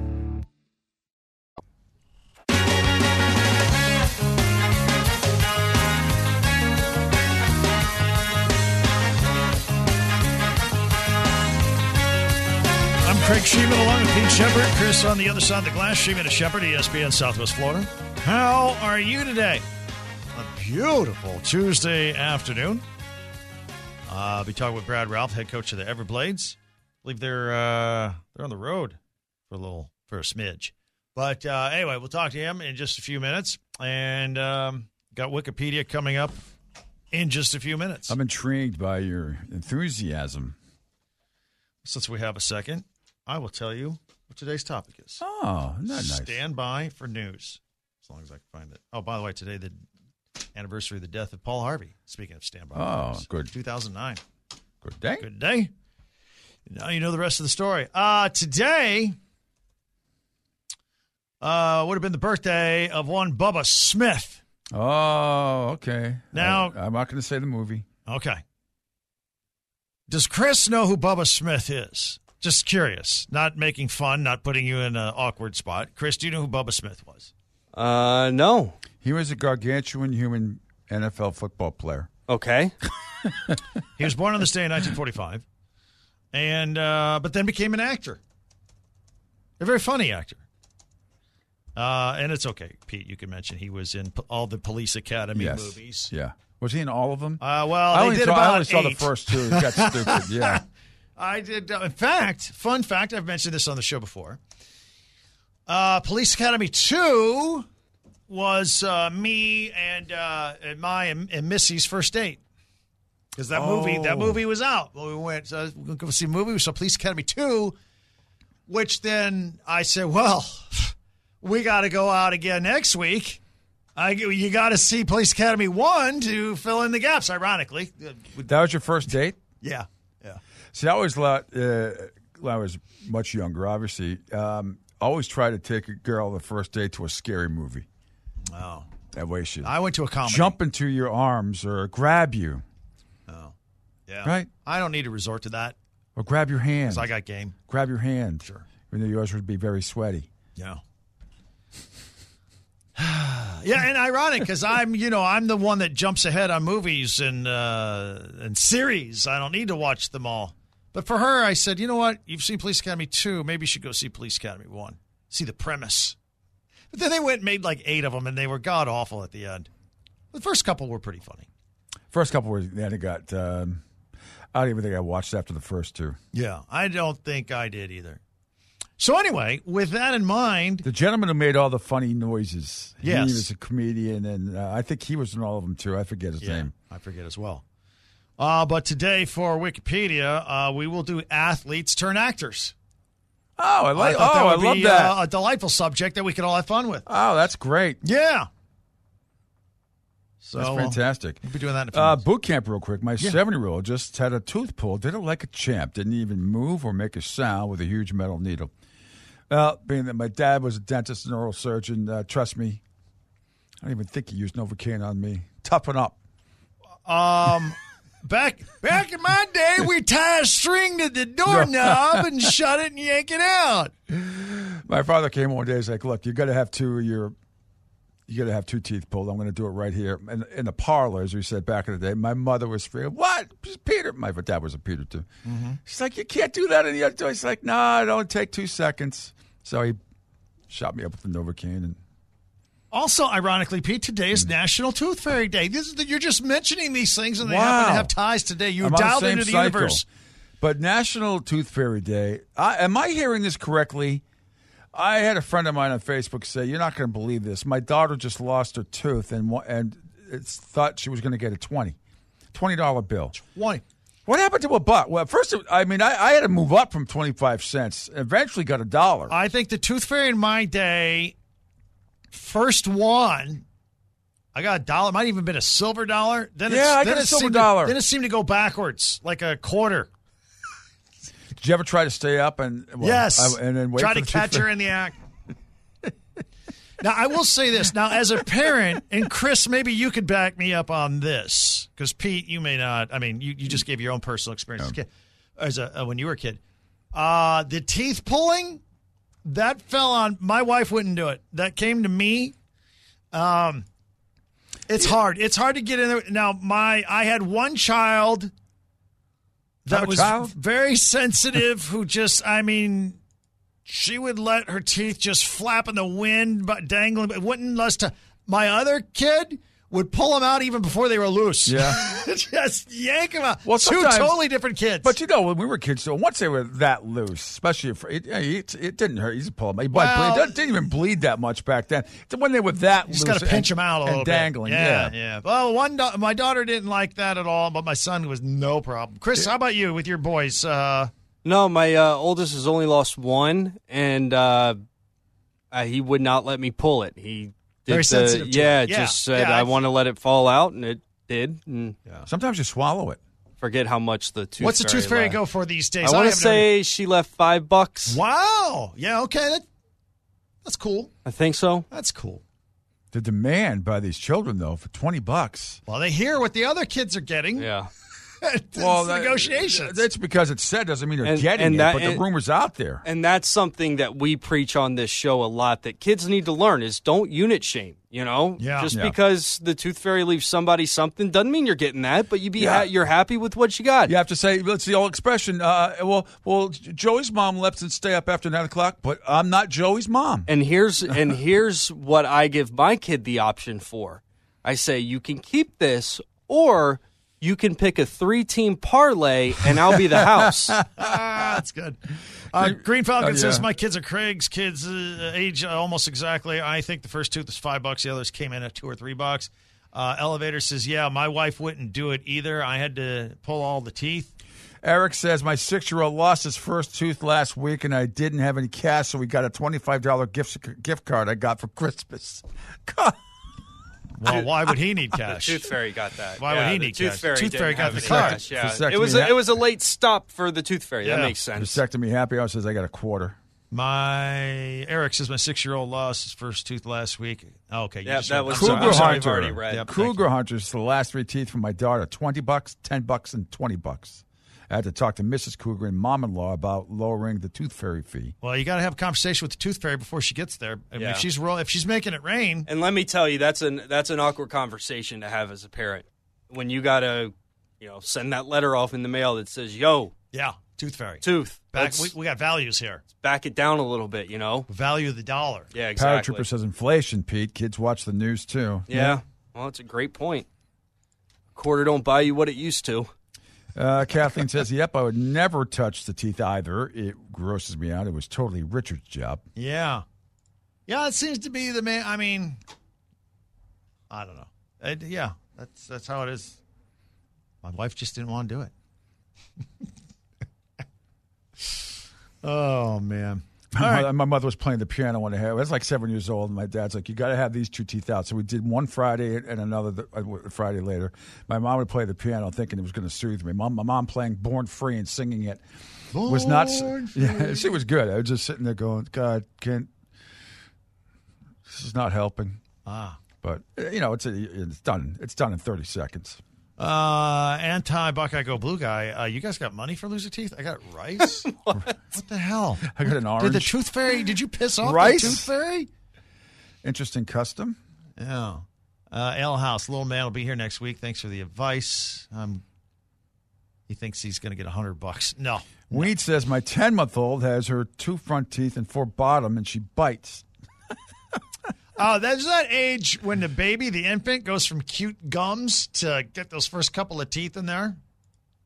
Speaker 2: I'm Craig Sheeman along with Pete Shepard. Chris on the other side of the glass. Sheeman and E Shepard, ESPN Southwest Florida. How are you today? A beautiful Tuesday afternoon. Uh, I'll be talking with Brad Ralph, head coach of the Everblades. I believe they're uh, they're on the road for a little for a smidge. But uh, anyway, we'll talk to him in just a few minutes. And um, got Wikipedia coming up in just a few minutes.
Speaker 3: I'm intrigued by your enthusiasm.
Speaker 2: Since we have a second, I will tell you what today's topic is.
Speaker 3: Oh, isn't that nice?
Speaker 2: Stand by for news, as long as I can find it. Oh, by the way, today the anniversary of the death of Paul Harvey. Speaking of stand by,
Speaker 3: Oh,
Speaker 2: for news.
Speaker 3: good.
Speaker 2: 2009.
Speaker 3: Good day.
Speaker 2: Good day. Now you know the rest of the story. Uh, today uh, would have been the birthday of one Bubba Smith.
Speaker 3: Oh, okay.
Speaker 2: Now-
Speaker 3: I, am not going to say the movie.
Speaker 2: Okay. Does Chris know who Bubba Smith is? Just curious. Not making fun, not putting you in an awkward spot. Chris, do you know who Bubba Smith was?
Speaker 5: Uh, no.
Speaker 3: He was a gargantuan human NFL football player.
Speaker 5: Okay.
Speaker 2: He was born on this day in 1945, and uh, but then became an actor. A very funny actor. Uh, and it's okay, Pete. You can mention he was in p- all the Police Academy
Speaker 3: yes.
Speaker 2: movies.
Speaker 3: Yeah. Was he in all of them?
Speaker 2: Uh, well,
Speaker 3: I
Speaker 2: they
Speaker 3: only,
Speaker 2: did
Speaker 3: saw,
Speaker 2: about
Speaker 3: I only saw the
Speaker 2: eight.
Speaker 3: first two. It got stupid. Yeah.
Speaker 2: I did. Uh, in fact, fun fact: I've mentioned this on the show before. Uh, Police Academy Two was uh, me and, uh, and my and, and Missy's first date because that movie that
Speaker 3: Oh.
Speaker 2: movie was out. Well, we went so we went to go see a movie. We saw Police Academy Two, which then I said, "Well, we got to go out again next week." I, you got to see Police Academy 1 to fill in the gaps, ironically. Uh, we-
Speaker 3: That was your first date?
Speaker 2: Yeah. Yeah.
Speaker 3: See, I was lot, uh, when I was much younger, obviously. Um, I always try to take a girl on the first date to a scary movie.
Speaker 2: Wow.
Speaker 3: That way she
Speaker 2: I went to a comedy.
Speaker 3: jump into your arms or grab you
Speaker 2: Yeah.
Speaker 3: Right.
Speaker 2: I don't need to resort to that
Speaker 3: or grab your hand.
Speaker 2: because I got game.
Speaker 3: grab your hand. Sure. Even though yours would be very sweaty.
Speaker 2: Yeah. yeah, and ironic because I'm, you know, I'm the one that jumps ahead on movies and uh, and series. I don't need to watch them all. But for her, I said, you know what? You've seen Police Academy two. Maybe you should go see Police Academy one. See the premise. But then they went and made like eight of them, and they were god awful at the end. The first couple were pretty funny.
Speaker 3: First couple were, then it got, um, I don't even think I watched after the first two.
Speaker 2: Yeah, I don't think I did either. So anyway, with that in mind,
Speaker 3: The gentleman who made all the funny noises.
Speaker 2: Yes.
Speaker 3: He was a comedian, and uh, I think he was in all of them too. I forget his name.
Speaker 2: I forget as well. Uh, but today for Wikipedia, uh, we will do athletes turn actors.
Speaker 3: Oh, I like.
Speaker 2: thought
Speaker 3: oh, I
Speaker 2: would
Speaker 3: love
Speaker 2: be,
Speaker 3: that.
Speaker 2: Uh, a delightful subject that we could all have fun with.
Speaker 3: oh, that's great.
Speaker 2: Yeah. So
Speaker 3: That's
Speaker 2: uh,
Speaker 3: fantastic.
Speaker 2: we'll be doing that in a few
Speaker 3: Uh,
Speaker 2: minutes.
Speaker 3: boot camp, real quick. My seven-year-old just had a tooth pulled. Did it like a champ. Didn't even move or make a sound with a huge metal needle. Well, being that my dad was a dentist, and neurosurgeon, uh, trust me, I don't even think he used Novocaine on me. Toughen up.
Speaker 2: Back back in my day, we tie a string to the doorknob and shut it and yank it out.
Speaker 3: My father came one day. He's like, "Look, you got to have two of your, you got to have two teeth pulled. I'm going to do it right here in, in the parlor, as we said back in the day." My mother was free. What? Just Peter. My dad was a Peter too. She's like, "You can't do that in the other door." He's like, "No, nah, it only take two seconds." So he shot me up with the Novocaine, and
Speaker 2: Also, ironically, Pete, today is National Tooth Fairy Day. This is, you're just mentioning these things, and they happen to
Speaker 3: Wow.
Speaker 2: have ties today. You
Speaker 3: I'm on
Speaker 2: dialed
Speaker 3: same
Speaker 2: into the
Speaker 3: cycle.
Speaker 2: universe.
Speaker 3: But National Tooth Fairy Day. I, am I hearing this correctly? I had a friend of mine on Facebook say, "You're not going to believe this. My daughter just lost her tooth and wa- and it's thought she was going to get a 20 twenty dollar bill.
Speaker 2: One.
Speaker 3: What happened to a buck? Well, first, it- I mean, I, I had to move up from twenty five cents. Eventually, got a dollar.
Speaker 2: I think the Tooth Fairy in my day first one I got a dollar. It might even been a silver dollar. Then it's,
Speaker 3: Yeah, I
Speaker 2: then
Speaker 3: got a
Speaker 2: it
Speaker 3: silver
Speaker 2: seemed
Speaker 3: dollar.
Speaker 2: To, then it seemed to go backwards, like a quarter.
Speaker 3: Did you ever try to stay up and well,
Speaker 2: yes,
Speaker 3: I- and then wait
Speaker 2: try
Speaker 3: for
Speaker 2: to
Speaker 3: the
Speaker 2: catch her in the act. now I will say this. Now, as a parent, and Chris, maybe you could back me up on this because Pete, you may not. I mean, you, you just gave your own personal experience as a kid, as a, uh, when you were a kid. Uh, the teeth pulling that fell on my wife. Wouldn't do it. That came to me. Um, it's hard. It's hard to get in there. Now, my I had one child
Speaker 3: Have
Speaker 2: that
Speaker 3: a
Speaker 2: was
Speaker 3: child?
Speaker 2: very sensitive. who just, I mean, she would let her teeth just flap in the wind, but dangling, but wouldn't let us to. My other kid would pull them out even before they were loose.
Speaker 3: Yeah.
Speaker 2: just yank them out.
Speaker 3: Well,
Speaker 2: two
Speaker 3: sometimes-
Speaker 2: totally different kids.
Speaker 3: But you know, when we were kids, so once they were that loose, especially if it, it, it didn't hurt. He's a pull. He might
Speaker 2: Well-
Speaker 3: bleed. It didn't even bleed that much back then. When they were that
Speaker 2: You just
Speaker 3: loose
Speaker 2: got to pinch
Speaker 3: and-
Speaker 2: them out a
Speaker 3: and
Speaker 2: little
Speaker 3: dangling,
Speaker 2: bit. yeah, Well, one da- my daughter didn't like that at all, but my son was no problem. Chris, how about you with your boys? Uh,
Speaker 5: No, my uh, oldest has only lost one, and uh, uh, he would not let me pull it. He did
Speaker 2: Very
Speaker 5: the-
Speaker 2: sensitive to
Speaker 5: yeah,
Speaker 2: it. Yeah,
Speaker 5: just said
Speaker 2: yeah,
Speaker 5: I
Speaker 2: I've-
Speaker 5: want to let it fall out, and it did. And
Speaker 3: Sometimes you swallow it.
Speaker 5: forget how much the tooth.
Speaker 2: what's the tooth fairy
Speaker 5: left.
Speaker 2: go for these days?
Speaker 5: I want to
Speaker 2: haven't heard-
Speaker 5: say she left five bucks.
Speaker 2: wow. Yeah, okay. That, that's cool.
Speaker 5: I think so.
Speaker 2: That's cool.
Speaker 3: The demand by these children, though, for twenty bucks.
Speaker 2: Well, they hear what the other kids are getting.
Speaker 5: Yeah.
Speaker 2: it's
Speaker 3: that-
Speaker 2: negotiations.
Speaker 3: That's because it's said doesn't mean they're
Speaker 5: And-
Speaker 3: getting
Speaker 5: and
Speaker 3: it,
Speaker 5: that-
Speaker 3: but the
Speaker 5: and-
Speaker 3: rumor's out there.
Speaker 5: And that's something that we preach on this show a lot that kids need to learn is don't unit shame, you know?
Speaker 2: Yeah.
Speaker 5: Just
Speaker 3: Yeah.
Speaker 5: because the tooth fairy leaves somebody something doesn't mean you're getting that, but you be
Speaker 3: Yeah.
Speaker 5: ha- you're happy with what you got.
Speaker 3: You have to say, let's the old expression. Uh, well, well, Joey's mom lets and stay up after nine o'clock, but I'm not Joey's mom.
Speaker 5: And here's and here's what I give my kid the option for. I say you can keep this or you can pick a three team parlay and I'll be the house.
Speaker 2: Ah, that's good. Uh, Green Falcon
Speaker 3: Oh, yeah.
Speaker 2: says my kids are Craig's kids, uh, age uh, almost exactly. I think the first tooth was five bucks. The others came in at two or three bucks. Uh, Elevator says, yeah, my wife wouldn't do it either. I had to pull all the teeth.
Speaker 3: Eric says, My six year old lost his first tooth last week and I didn't have any cash, so we got a $25 gift, gift card I got for Christmas. God.
Speaker 2: Well, why would he need cash?
Speaker 5: Tooth Fairy got that.
Speaker 2: Why would he need
Speaker 5: Tooth
Speaker 2: cash?
Speaker 5: Fairy,
Speaker 2: Tooth
Speaker 5: didn't
Speaker 2: Fairy got
Speaker 5: have
Speaker 2: the
Speaker 5: any
Speaker 2: card.
Speaker 5: cash, Yeah.
Speaker 3: Vasectomy
Speaker 5: It was a,
Speaker 3: ha-
Speaker 5: it was a late stop for the Tooth Fairy.
Speaker 2: Yeah.
Speaker 5: That makes sense.
Speaker 3: Vasectomy happy hour says, I got a quarter.
Speaker 2: My Eric says my six year old lost his first tooth last week. Oh, okay, you
Speaker 5: Yeah,
Speaker 2: just
Speaker 5: that
Speaker 2: read-
Speaker 5: was-
Speaker 2: I'm sorry,
Speaker 5: Cougar
Speaker 2: I'm sorry.
Speaker 5: I've already read.
Speaker 2: Yep, thank
Speaker 3: Cougar Hunters, the last three teeth from my daughter 20 bucks, 10 bucks, and 20 bucks. I had to talk to Mrs. Cougar and mom in law about lowering the tooth fairy fee.
Speaker 2: Well, you got to have a conversation with the tooth fairy before she gets there. I mean,
Speaker 5: Yeah.
Speaker 2: if she's ro- if she's making it rain,
Speaker 5: And let me tell you, that's an that's an awkward conversation to have as a parent when you gotta, you know, send that letter off in the mail that says, "Yo,
Speaker 2: yeah, tooth fairy.
Speaker 5: tooth,
Speaker 2: Back,
Speaker 5: let's
Speaker 2: we, we got values here.
Speaker 5: back it down a little bit," you know.
Speaker 2: Value the dollar.
Speaker 5: Yeah, exactly.
Speaker 3: Paratrooper says, Inflation, Pete. Kids watch the news too.
Speaker 5: yeah. Well, it's a great point. quarter don't buy you what it used to.
Speaker 3: Uh, Kathleen says, "Yep, I would never touch the teeth either. It grosses me out. It was totally Richard's job.
Speaker 2: Yeah. Yeah, it seems to be the main. I mean, I don't know. It, yeah, that's that's how it is. My wife just didn't want to do it. oh man. All
Speaker 3: my,
Speaker 2: right.
Speaker 3: my mother was playing the piano when I had. I was like seven years old, and my dad's like, "You got to have these two teeth out." So we did one Friday and another the, uh, Friday later. My mom would play the piano, thinking it was going to soothe me. Mom, my mom playing "Born Free" and singing it was not.
Speaker 2: Born
Speaker 3: Yeah, she was good. I was just sitting there going, "God, can't. This is not helping."
Speaker 2: Ah.
Speaker 3: But uh, you know, it's a, it's done. It's done in thirty seconds.
Speaker 2: Uh, anti Buckeye Go Blue guy. Uh, you guys got money for loser teeth? I got rice. what? the hell?
Speaker 3: I got an orange.
Speaker 2: Did the tooth fairy? Did you piss off
Speaker 3: Rice?
Speaker 2: the tooth fairy?
Speaker 3: Interesting custom.
Speaker 2: Yeah. Uh, Ale House, little man will be here next week. Thanks for the advice. Um, he thinks he's going to get a hundred bucks. No,
Speaker 3: Weed says my 10 month old has her two front teeth and four bottom, and she bites.
Speaker 2: Oh, that's that age when the baby, the infant, goes from cute gums to get those first couple of teeth in there.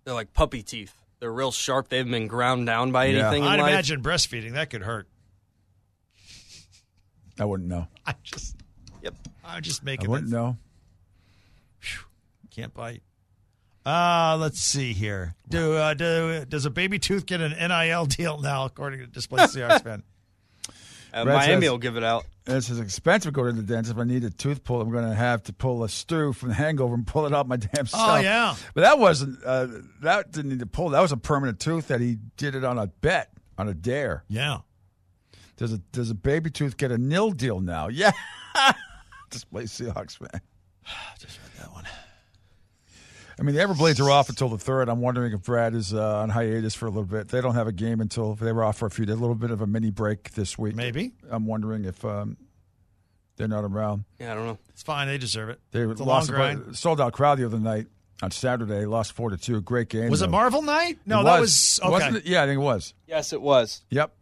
Speaker 5: They're like puppy teeth. They're real sharp. They haven't been ground down by
Speaker 3: Yeah.
Speaker 5: anything in
Speaker 2: I'd
Speaker 5: life.
Speaker 2: imagine breastfeeding that could hurt.
Speaker 3: I wouldn't know.
Speaker 2: I just, yep, I'm just
Speaker 3: I
Speaker 2: making.
Speaker 3: wouldn't
Speaker 2: that-
Speaker 3: know.
Speaker 2: Can't bite. Uh, let's see here. Do, uh, do does a baby tooth get an NIL deal now? According to Display CR's fan.
Speaker 5: Uh,
Speaker 3: Brad
Speaker 5: Miami
Speaker 3: says-
Speaker 5: will give it out.
Speaker 3: This is expensive going to the dentist. If I need a tooth pulled, I'm going to have to pull a stew from the hangover and pull it out my damn self.
Speaker 2: yeah.
Speaker 3: But that wasn't, uh, that didn't need to pull. That was a permanent tooth that he did it on a bet, on a dare.
Speaker 2: Yeah.
Speaker 3: Does a, does a baby tooth get a nil deal now? Yeah. Just play Seahawks, man.
Speaker 2: Just read that one.
Speaker 3: I mean, the Everblades are off until the third. I'm wondering if Brad is uh, on hiatus for a little bit. They don't have a game until they were off for a few days. A little bit of a mini break this week.
Speaker 2: Maybe.
Speaker 3: I'm wondering if um, they're not around.
Speaker 5: Yeah, I don't know.
Speaker 2: It's fine. They deserve it.
Speaker 3: They
Speaker 2: it's a long
Speaker 3: lost
Speaker 2: grind.
Speaker 3: sold out crowd the other night on Saturday. Lost four to two. Great game.
Speaker 2: was it
Speaker 3: though.
Speaker 2: Marvel night? No,
Speaker 3: It
Speaker 2: that was okay.
Speaker 3: Wasn't it? Yeah, I think it was.
Speaker 5: Yes, it was.
Speaker 3: Yep.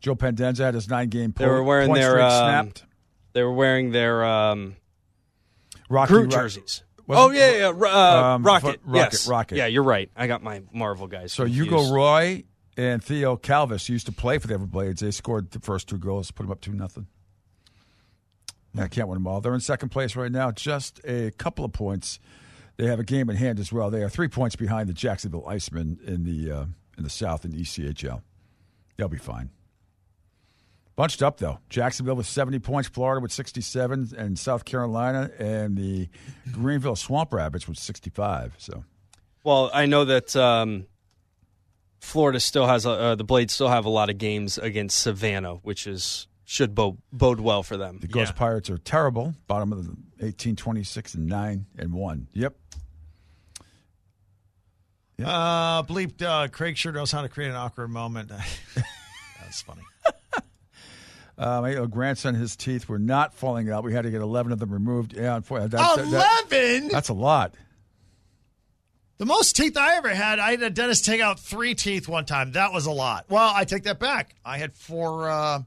Speaker 3: Joe Pendenza had his nine game.
Speaker 5: They were wearing
Speaker 3: point
Speaker 5: their,
Speaker 3: streak
Speaker 5: um,
Speaker 3: snapped.
Speaker 5: They were wearing their um,
Speaker 3: Rocky
Speaker 5: Groot
Speaker 3: Rock-
Speaker 5: jerseys.
Speaker 3: Wasn't-
Speaker 5: oh yeah, yeah, ro- uh,
Speaker 3: Um,
Speaker 5: Rocket,
Speaker 3: Ro- Rocket,
Speaker 5: yes.
Speaker 3: Rocket.
Speaker 5: Yeah, you're right. I got my Marvel guys.
Speaker 3: So Hugo Roy and Theo Calvis used to play for the Everblades. They scored the first two goals, put them up two nothing. I can't win them all. They're in second place right now, just a couple of points. They have a game in hand as well. They are three points behind the Jacksonville Icemen in the uh, in the South in ECHL. They'll be fine. Bunched up though. Jacksonville with 70 points, Florida with 67, and South Carolina and the Greenville Swamp Rabbits with 65. So
Speaker 5: Well, I know that um, Florida still has a, uh, the Blades still have a lot of games against Savannah, which is should bo- bode well for them.
Speaker 3: The Ghost
Speaker 2: Yeah.
Speaker 3: Pirates are terrible. Bottom of the 18, 26, and 9 and 1. Yep.
Speaker 2: Uh, bleeped. Uh, Craig sure knows how to create an awkward moment. That's funny.
Speaker 3: Uh, my grandson, his teeth were not falling out. We had to get 11 of them removed. Yeah, unfortunately. That's, that- that-
Speaker 2: Eleven.
Speaker 3: that's a lot.
Speaker 2: Uh, The most teeth I ever had, I had a dentist take out three teeth one time. That was a lot. Well, I take that back. I had four. Uh,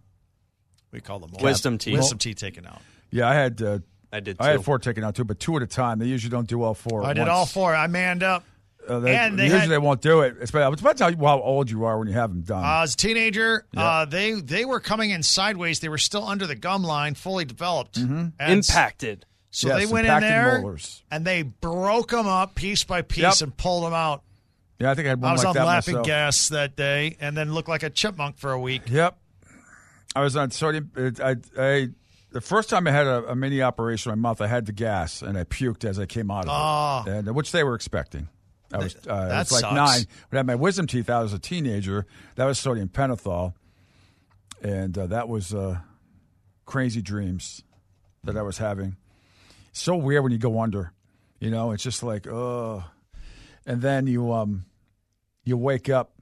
Speaker 2: we call them
Speaker 5: Wisdom teeth.
Speaker 2: Wisdom teeth taken out.
Speaker 3: Yeah, I had uh,
Speaker 5: I did. Too.
Speaker 3: I had four taken out too, but two at a time. They usually don't do all four. at
Speaker 2: I did
Speaker 3: once.
Speaker 2: all four. I manned up.
Speaker 3: Uh, they,
Speaker 2: And they
Speaker 3: usually
Speaker 2: had-
Speaker 3: they won't do it. It's about, it depends how, how old you are when you have them done.
Speaker 2: Uh, as a teenager, uh, they they were coming in sideways. They were still under the gum line, fully developed.
Speaker 5: Mm-hmm.
Speaker 2: And s-
Speaker 5: impacted.
Speaker 2: So
Speaker 3: Yes,
Speaker 2: they went in
Speaker 3: impacted
Speaker 2: there
Speaker 3: molars.
Speaker 2: and they broke them up piece by piece
Speaker 3: Yep.
Speaker 2: and pulled them out.
Speaker 3: yeah, I think I had one
Speaker 2: I was
Speaker 3: like
Speaker 2: on
Speaker 3: that
Speaker 2: laughing
Speaker 3: myself.
Speaker 2: gas that day, and then looked like a chipmunk for a week.
Speaker 3: Yep. I was on sodium. It, I, I, the first time I had a, a mini operation in my mouth, I had the gas and I puked as I came out of it, and, uh, which they were expecting. I was, uh, I
Speaker 2: that
Speaker 3: was like
Speaker 2: sucks.
Speaker 3: nine. When I had my wisdom teeth out as a teenager, that was sodium pentothal, and uh, that was uh, crazy dreams that I was having. So weird when you go under, you know. It's just like oh, and then you um, you wake up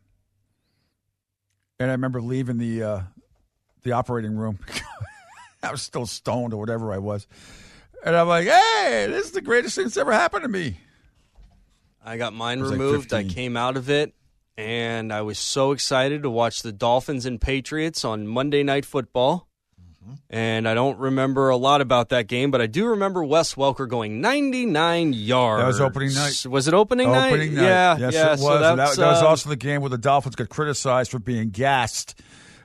Speaker 3: and I remember leaving the uh, the operating room. I was still stoned or whatever I was, and I'm like, "Hey, this is the greatest thing that's ever happened to me."
Speaker 5: I got mine
Speaker 3: was like
Speaker 5: removed. I
Speaker 3: 15.
Speaker 5: came out of it, and I was so excited to watch the Dolphins and Patriots on Monday Night Football.
Speaker 3: Mm-hmm.
Speaker 5: And I don't remember a lot about that game, but I do remember Wes Welker going 99 yards.
Speaker 3: opening night.
Speaker 5: Was it opening night?
Speaker 3: Opening night,
Speaker 5: Yeah,
Speaker 3: yes,
Speaker 5: yeah.
Speaker 3: it was.
Speaker 5: So
Speaker 3: And
Speaker 5: that's,
Speaker 3: that, that was
Speaker 5: um,
Speaker 3: also the game where the Dolphins got criticized for being gassed.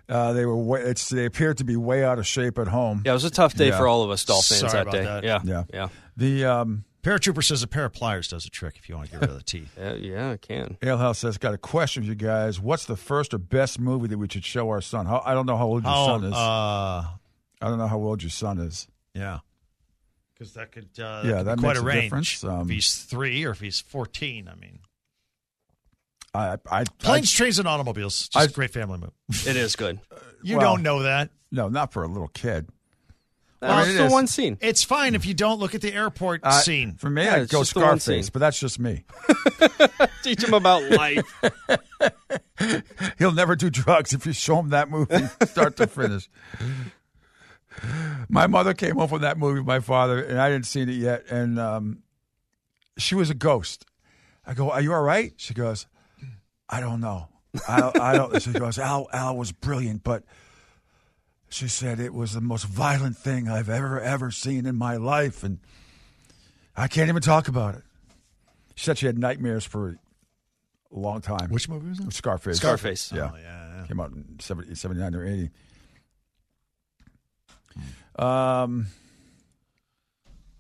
Speaker 3: Uh, they were way, it's, they appeared to be way out of shape at home.
Speaker 5: Yeah, it was a tough day
Speaker 3: Yeah.
Speaker 5: for all of us Dolphins
Speaker 2: Sorry
Speaker 5: that
Speaker 2: about
Speaker 5: day.
Speaker 2: that.
Speaker 5: Yeah,
Speaker 3: Yeah.
Speaker 5: yeah,
Speaker 3: The um,
Speaker 2: Paratrooper says a pair of pliers does a trick if you want to get rid of the teeth.
Speaker 5: yeah, Uh, yeah. I can.
Speaker 3: alehouse has got a question for you guys. What's the first or best movie that we should show our son? How, I don't know how old your
Speaker 2: Oh,
Speaker 3: son is.
Speaker 2: uh,
Speaker 3: I don't know how old your son is.
Speaker 2: yeah. Because that could, uh,
Speaker 3: Yeah,
Speaker 2: could be
Speaker 3: that
Speaker 2: quite
Speaker 3: makes
Speaker 2: a
Speaker 3: a
Speaker 2: range.
Speaker 3: difference. Um,
Speaker 2: if he's three or if he's fourteen, I mean,
Speaker 3: I, I, I
Speaker 2: planes, trains, and automobiles. Just
Speaker 3: I-
Speaker 2: a great family movie.
Speaker 5: It is good.
Speaker 2: You
Speaker 3: Well-
Speaker 2: don't know that.
Speaker 3: no, not for a little kid.
Speaker 5: That's
Speaker 3: mean, it
Speaker 5: the
Speaker 3: is.
Speaker 5: one scene.
Speaker 2: It's fine if you don't look at the airport
Speaker 3: Uh,
Speaker 2: scene.
Speaker 3: For me,
Speaker 5: Yeah,
Speaker 3: I'd
Speaker 5: it's
Speaker 3: go
Speaker 5: just the one
Speaker 3: Scarface,
Speaker 5: scene.
Speaker 3: but that's just me.
Speaker 5: Teach him about life.
Speaker 3: He'll never do drugs if you show him that movie, start to finish. My mother came home from that movie with my father, and I hadn't seen it yet, and um, she was a ghost. I go, "Are you all right?" She goes, "I don't know. I don't." I don't. she goes, "Al, Al was brilliant, but." She said it was the most violent thing I've ever ever seen in my life, and I can't even talk about it. She said she had nightmares for a long time.
Speaker 2: Which movie was that?
Speaker 3: Scarface.
Speaker 5: Scarface.
Speaker 3: Yeah.
Speaker 2: Oh, yeah, yeah.
Speaker 3: Came out in 70, 79 or 80.
Speaker 2: Hmm.
Speaker 3: Um,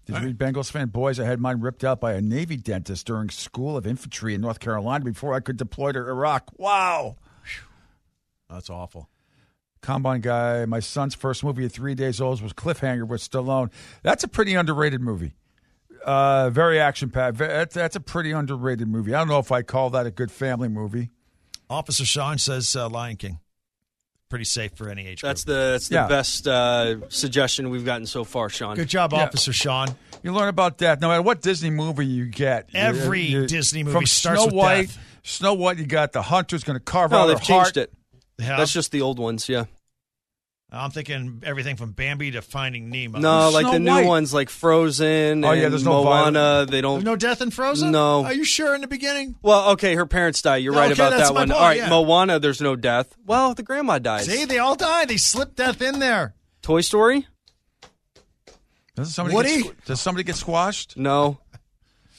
Speaker 3: did you read Bengals fan? Boys, I had mine ripped out by a Navy dentist during School of Infantry in North Carolina before I could deploy to Iraq. Wow.
Speaker 2: That's awful.
Speaker 3: Combine guy. My son's first movie at three days old was Cliffhanger with Stallone. That's a pretty underrated movie. Uh, very action packed. That's, that's a pretty underrated movie. I don't know if I call that a good family movie.
Speaker 2: Officer Sean says uh, Lion King. Pretty safe for any age.
Speaker 5: That's
Speaker 2: group.
Speaker 5: the that's the
Speaker 3: Yeah.
Speaker 5: best uh, suggestion we've gotten so far, Sean.
Speaker 2: good job, Officer Sean.
Speaker 3: You learn about death. No matter what Disney movie you get, you-
Speaker 2: Every Disney movie
Speaker 3: from
Speaker 2: starts
Speaker 3: Snow
Speaker 2: with
Speaker 3: White.
Speaker 2: death.
Speaker 3: Snow White, you got the hunter's going to carve
Speaker 5: No,
Speaker 3: out
Speaker 5: they've
Speaker 3: her heart.
Speaker 5: changed it.
Speaker 2: Yeah.
Speaker 5: That's just the old ones, yeah.
Speaker 2: I'm thinking everything from Bambi to Finding Nemo.
Speaker 5: No, like
Speaker 3: Snow
Speaker 5: the new
Speaker 3: White.
Speaker 5: ones, like Frozen.
Speaker 3: Oh, yeah,
Speaker 5: and
Speaker 3: there's no
Speaker 5: Moana.
Speaker 3: violence.
Speaker 5: They don't.
Speaker 2: There's no death in Frozen.
Speaker 5: No.
Speaker 2: Are you sure in the beginning?
Speaker 5: well, okay, her parents die. You're right
Speaker 2: Okay,
Speaker 5: about
Speaker 2: that's
Speaker 5: that
Speaker 2: my
Speaker 5: one.
Speaker 2: point,
Speaker 5: All right,
Speaker 2: yeah.
Speaker 5: Moana. There's no death. Well, the grandma dies.
Speaker 2: See, they all die. They slip death in there.
Speaker 5: Toy Story?
Speaker 3: Doesn't somebody
Speaker 2: Woody?
Speaker 3: Get, squ- does somebody get squashed?
Speaker 5: No.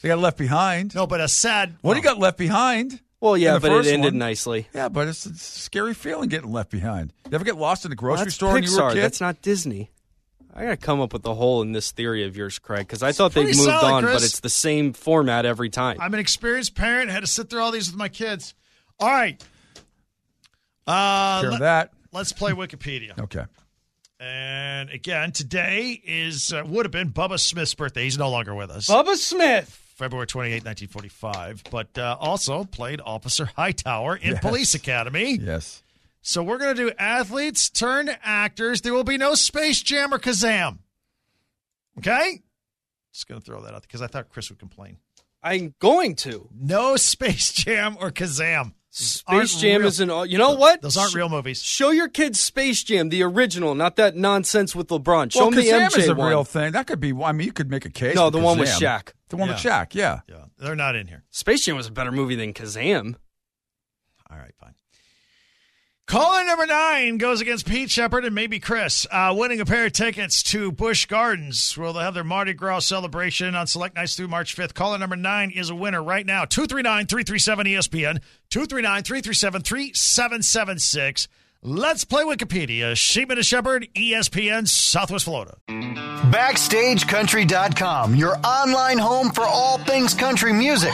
Speaker 3: They got left behind.
Speaker 2: No, but a sad.
Speaker 3: Woody got left behind.
Speaker 5: Well,
Speaker 3: in
Speaker 5: yeah,
Speaker 3: the
Speaker 5: but it
Speaker 3: first
Speaker 5: ended
Speaker 3: one.
Speaker 5: nicely.
Speaker 3: Yeah, but it's a scary feeling getting left behind. You ever get lost in the grocery
Speaker 5: that's
Speaker 3: store when you were a
Speaker 5: Pixar.
Speaker 3: kid?
Speaker 5: That's not Disney. I gotta come up with a hole in this theory of yours, Craig, because I thought they
Speaker 2: pretty
Speaker 5: moved
Speaker 2: solid,
Speaker 5: on,
Speaker 2: Chris.
Speaker 5: but it's the same format every time.
Speaker 2: I'm an experienced parent. Had to sit through all these with my kids. All right. Uh,
Speaker 3: Care of
Speaker 2: let,
Speaker 3: that.
Speaker 2: us play Wikipedia.
Speaker 3: Okay.
Speaker 2: And again, today is uh, would have been Bubba Smith's birthday. He's no longer with us.
Speaker 5: Bubba Smith.
Speaker 2: February 28, 1945. But uh, also played Officer Hightower in
Speaker 3: Yes.
Speaker 2: Police Academy.
Speaker 3: Yes.
Speaker 2: So we're going to do athletes turned actors. There will be no Space Jam or Kazam. Okay? Just going to throw that out because I thought Chris would complain.
Speaker 5: I'm going to.
Speaker 2: No Space Jam or Kazam. These aren't
Speaker 5: Space Jam
Speaker 2: real-
Speaker 5: isn't all. You know what?
Speaker 2: Those aren't real movies.
Speaker 5: Show your kids Space Jam, the original, not that nonsense with LeBron. Show
Speaker 3: well,
Speaker 5: them the
Speaker 3: Kazam
Speaker 5: MJ
Speaker 3: is a
Speaker 5: one.
Speaker 3: real thing. That could be. I mean, you could make a case.
Speaker 5: No,
Speaker 3: for
Speaker 5: the one with
Speaker 3: Kazam.
Speaker 5: Shaq.
Speaker 3: The one with
Speaker 2: Yeah.
Speaker 3: Shaq. Yeah.
Speaker 2: Yeah, they're not in here.
Speaker 5: Space Jam was a better movie than Kazam.
Speaker 2: All right, fine. Caller number nine goes against Pete Shepard and maybe Chris, uh, winning a pair of tickets to Busch Gardens, where they'll have their Mardi Gras celebration on select nights through March 5th. Caller number nine is a winner right now 239 337 ESPN, 239 337 3776. Let's play Wikipedia. Sheepman and E Shepard, ESPN, Southwest Florida.
Speaker 6: BackstageCountry.com, your online home for all things country music.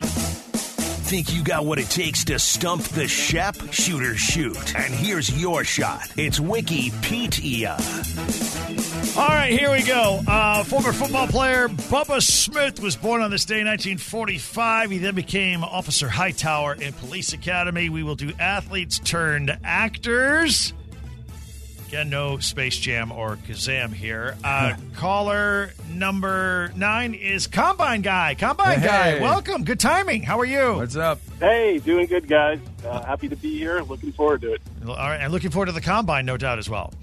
Speaker 1: Think you got what it takes to stump the Shep? Shooter shoot. And here's your shot. It's Wikipedia.
Speaker 2: All right, here we go. Uh, former football player Bubba Smith was born on this day in 1945. He then became Officer Hightower in Police Academy. We will do athletes turned actors. Again, no Space Jam or Kazam here. Uh, caller number nine is Combine Guy. Combine Guy,
Speaker 3: Hey.
Speaker 2: welcome. Good timing. How are you?
Speaker 3: What's up?
Speaker 7: Hey, doing good, guys. Uh, happy to be here. Looking forward to it.
Speaker 2: All right, and looking forward to the Combine, no doubt, as well.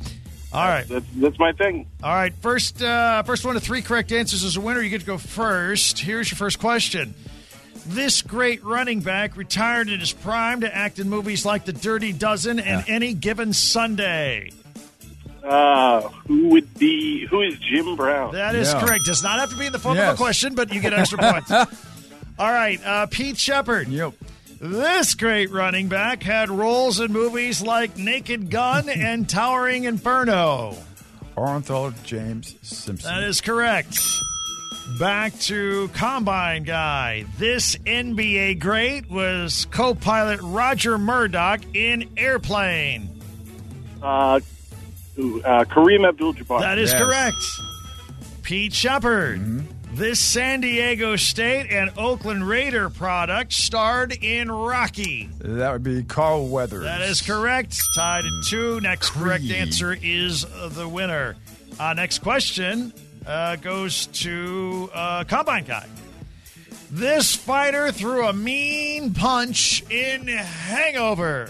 Speaker 2: All right.
Speaker 7: That's that's my thing.
Speaker 2: All right, first uh, first one to three correct answers is a winner. You get to go first. Here's your first question. This great running back retired in his prime to act in movies like The Dirty Dozen and Any Given Sunday.
Speaker 7: Uh, who would be? Who is Jim Brown?
Speaker 2: That is
Speaker 3: Yeah.
Speaker 2: correct. Does not have to be in the form of a
Speaker 3: Yes.
Speaker 2: question, but you get extra points. All right, uh, Pete Shepard.
Speaker 3: Yep.
Speaker 2: This great running back had roles in movies like Naked Gun and Towering Inferno.
Speaker 3: Orenthal James Simpson.
Speaker 2: That is correct. Back to Combine Guy. This NBA great was co pilot Roger Murdoch in Airplane.
Speaker 7: Uh, who, uh, Kareem Abdul-Jabbar.
Speaker 2: That is
Speaker 3: Yes.
Speaker 2: correct. Pete Shepard. This San Diego State and Oakland Raider product starred in Rocky.
Speaker 3: That would be Carl Weathers.
Speaker 2: That is correct. Tied at two. Next correct answer is uh, the winner. Uh, next question uh, goes to uh, Combine Guy. This fighter threw a mean punch in Hangover.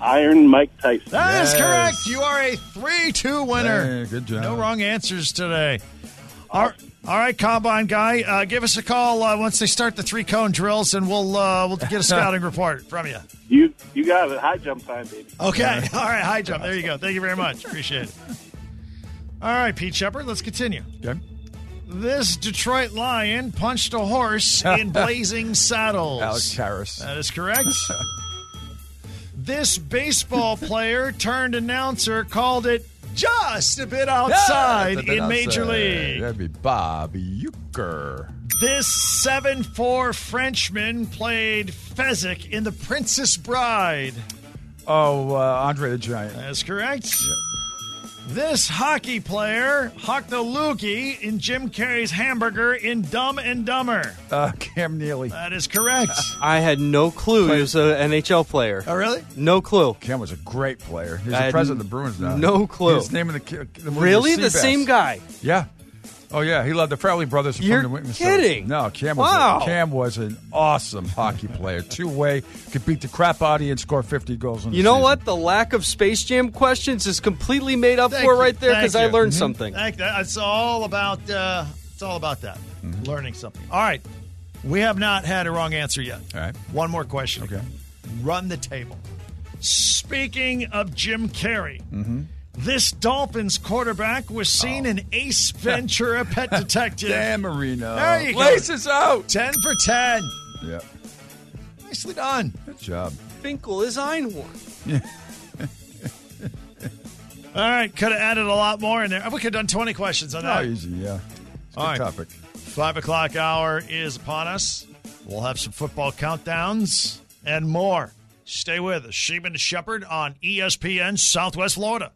Speaker 7: Iron Mike Tyson.
Speaker 2: That is
Speaker 3: Yes.
Speaker 2: correct. You are a 3 2 winner.
Speaker 3: Hey, good job.
Speaker 2: No wrong answers today. All, All right, combine guy, uh, give us a call uh, once they start the three cone drills, and we'll uh, we'll get a scouting report from you.
Speaker 7: You you got it. High jump time, baby.
Speaker 2: Okay. All right. High jump. There you go. Thank you very much. Appreciate it. All right, Pete Shepard. Let's continue.
Speaker 3: Okay.
Speaker 2: This Detroit Lion punched a horse in Blazing Saddles.
Speaker 3: Alex Harris.
Speaker 2: That is correct. this baseball player turned announcer called it just a bit outside
Speaker 3: Yeah,
Speaker 2: in Major
Speaker 3: outside.
Speaker 2: League.
Speaker 3: That'd be Bob Euchre.
Speaker 2: This 7 4 Frenchman played Fezzik in The Princess Bride.
Speaker 3: Oh, uh, Andre the Giant.
Speaker 2: That's correct. This hockey player hocked the loogie in Jim Carrey's hamburger in Dumb and Dumber.
Speaker 3: Uh, Cam Neely.
Speaker 2: That is correct.
Speaker 5: I had no clue he was an NHL player.
Speaker 2: oh, really?
Speaker 5: No clue.
Speaker 3: Cam was a great player. He's
Speaker 5: I
Speaker 3: the
Speaker 5: had
Speaker 3: president of the Bruins now.
Speaker 5: no clue.
Speaker 3: His name of the, ki- the movie
Speaker 5: Really?
Speaker 3: was
Speaker 5: The
Speaker 3: Seabass.
Speaker 5: same guy?
Speaker 3: Yeah. Oh yeah, he loved the Farrelly brothers from
Speaker 5: You're
Speaker 3: the Witness.
Speaker 5: kidding.
Speaker 3: No, Cam was
Speaker 5: Wow.
Speaker 3: a, Cam was an awesome hockey player. Two way, could beat the crap out of you and score fifty goals. In
Speaker 5: You
Speaker 3: the
Speaker 5: know
Speaker 3: season.
Speaker 5: what? The lack of Space Jam questions is completely made up
Speaker 2: Thank
Speaker 5: for
Speaker 2: you.
Speaker 5: right there because
Speaker 2: Thank
Speaker 5: I
Speaker 2: you. Mm-hmm.
Speaker 5: learned something.
Speaker 2: Thank that. It's all about uh, it's all about that.
Speaker 3: Mm-hmm.
Speaker 2: Learning something. All right. We have not had a wrong answer yet.
Speaker 3: All right.
Speaker 2: One more question.
Speaker 3: Okay.
Speaker 2: Run the table. Speaking of Jim Carrey,
Speaker 3: Mm-hmm.
Speaker 2: this Dolphins quarterback was seen in Ace Ventura Pet Detective.
Speaker 3: Oh. Damn, Marino.
Speaker 2: There you go.
Speaker 3: Laces out.
Speaker 2: 10 for 10.
Speaker 3: Yeah.
Speaker 2: Nicely done.
Speaker 3: Good job.
Speaker 5: Finkel is Einhorn.
Speaker 2: All right. Could have added a lot more in there. We could have done 20 questions on that.
Speaker 3: Oh, easy. Yeah. It's a
Speaker 2: All
Speaker 3: good
Speaker 2: right.
Speaker 3: topic.
Speaker 2: Five o'clock hour is upon us. We'll have some football E countdowns and more. Stay with us. Sheeman Shepherd on ESPN Southwest Florida.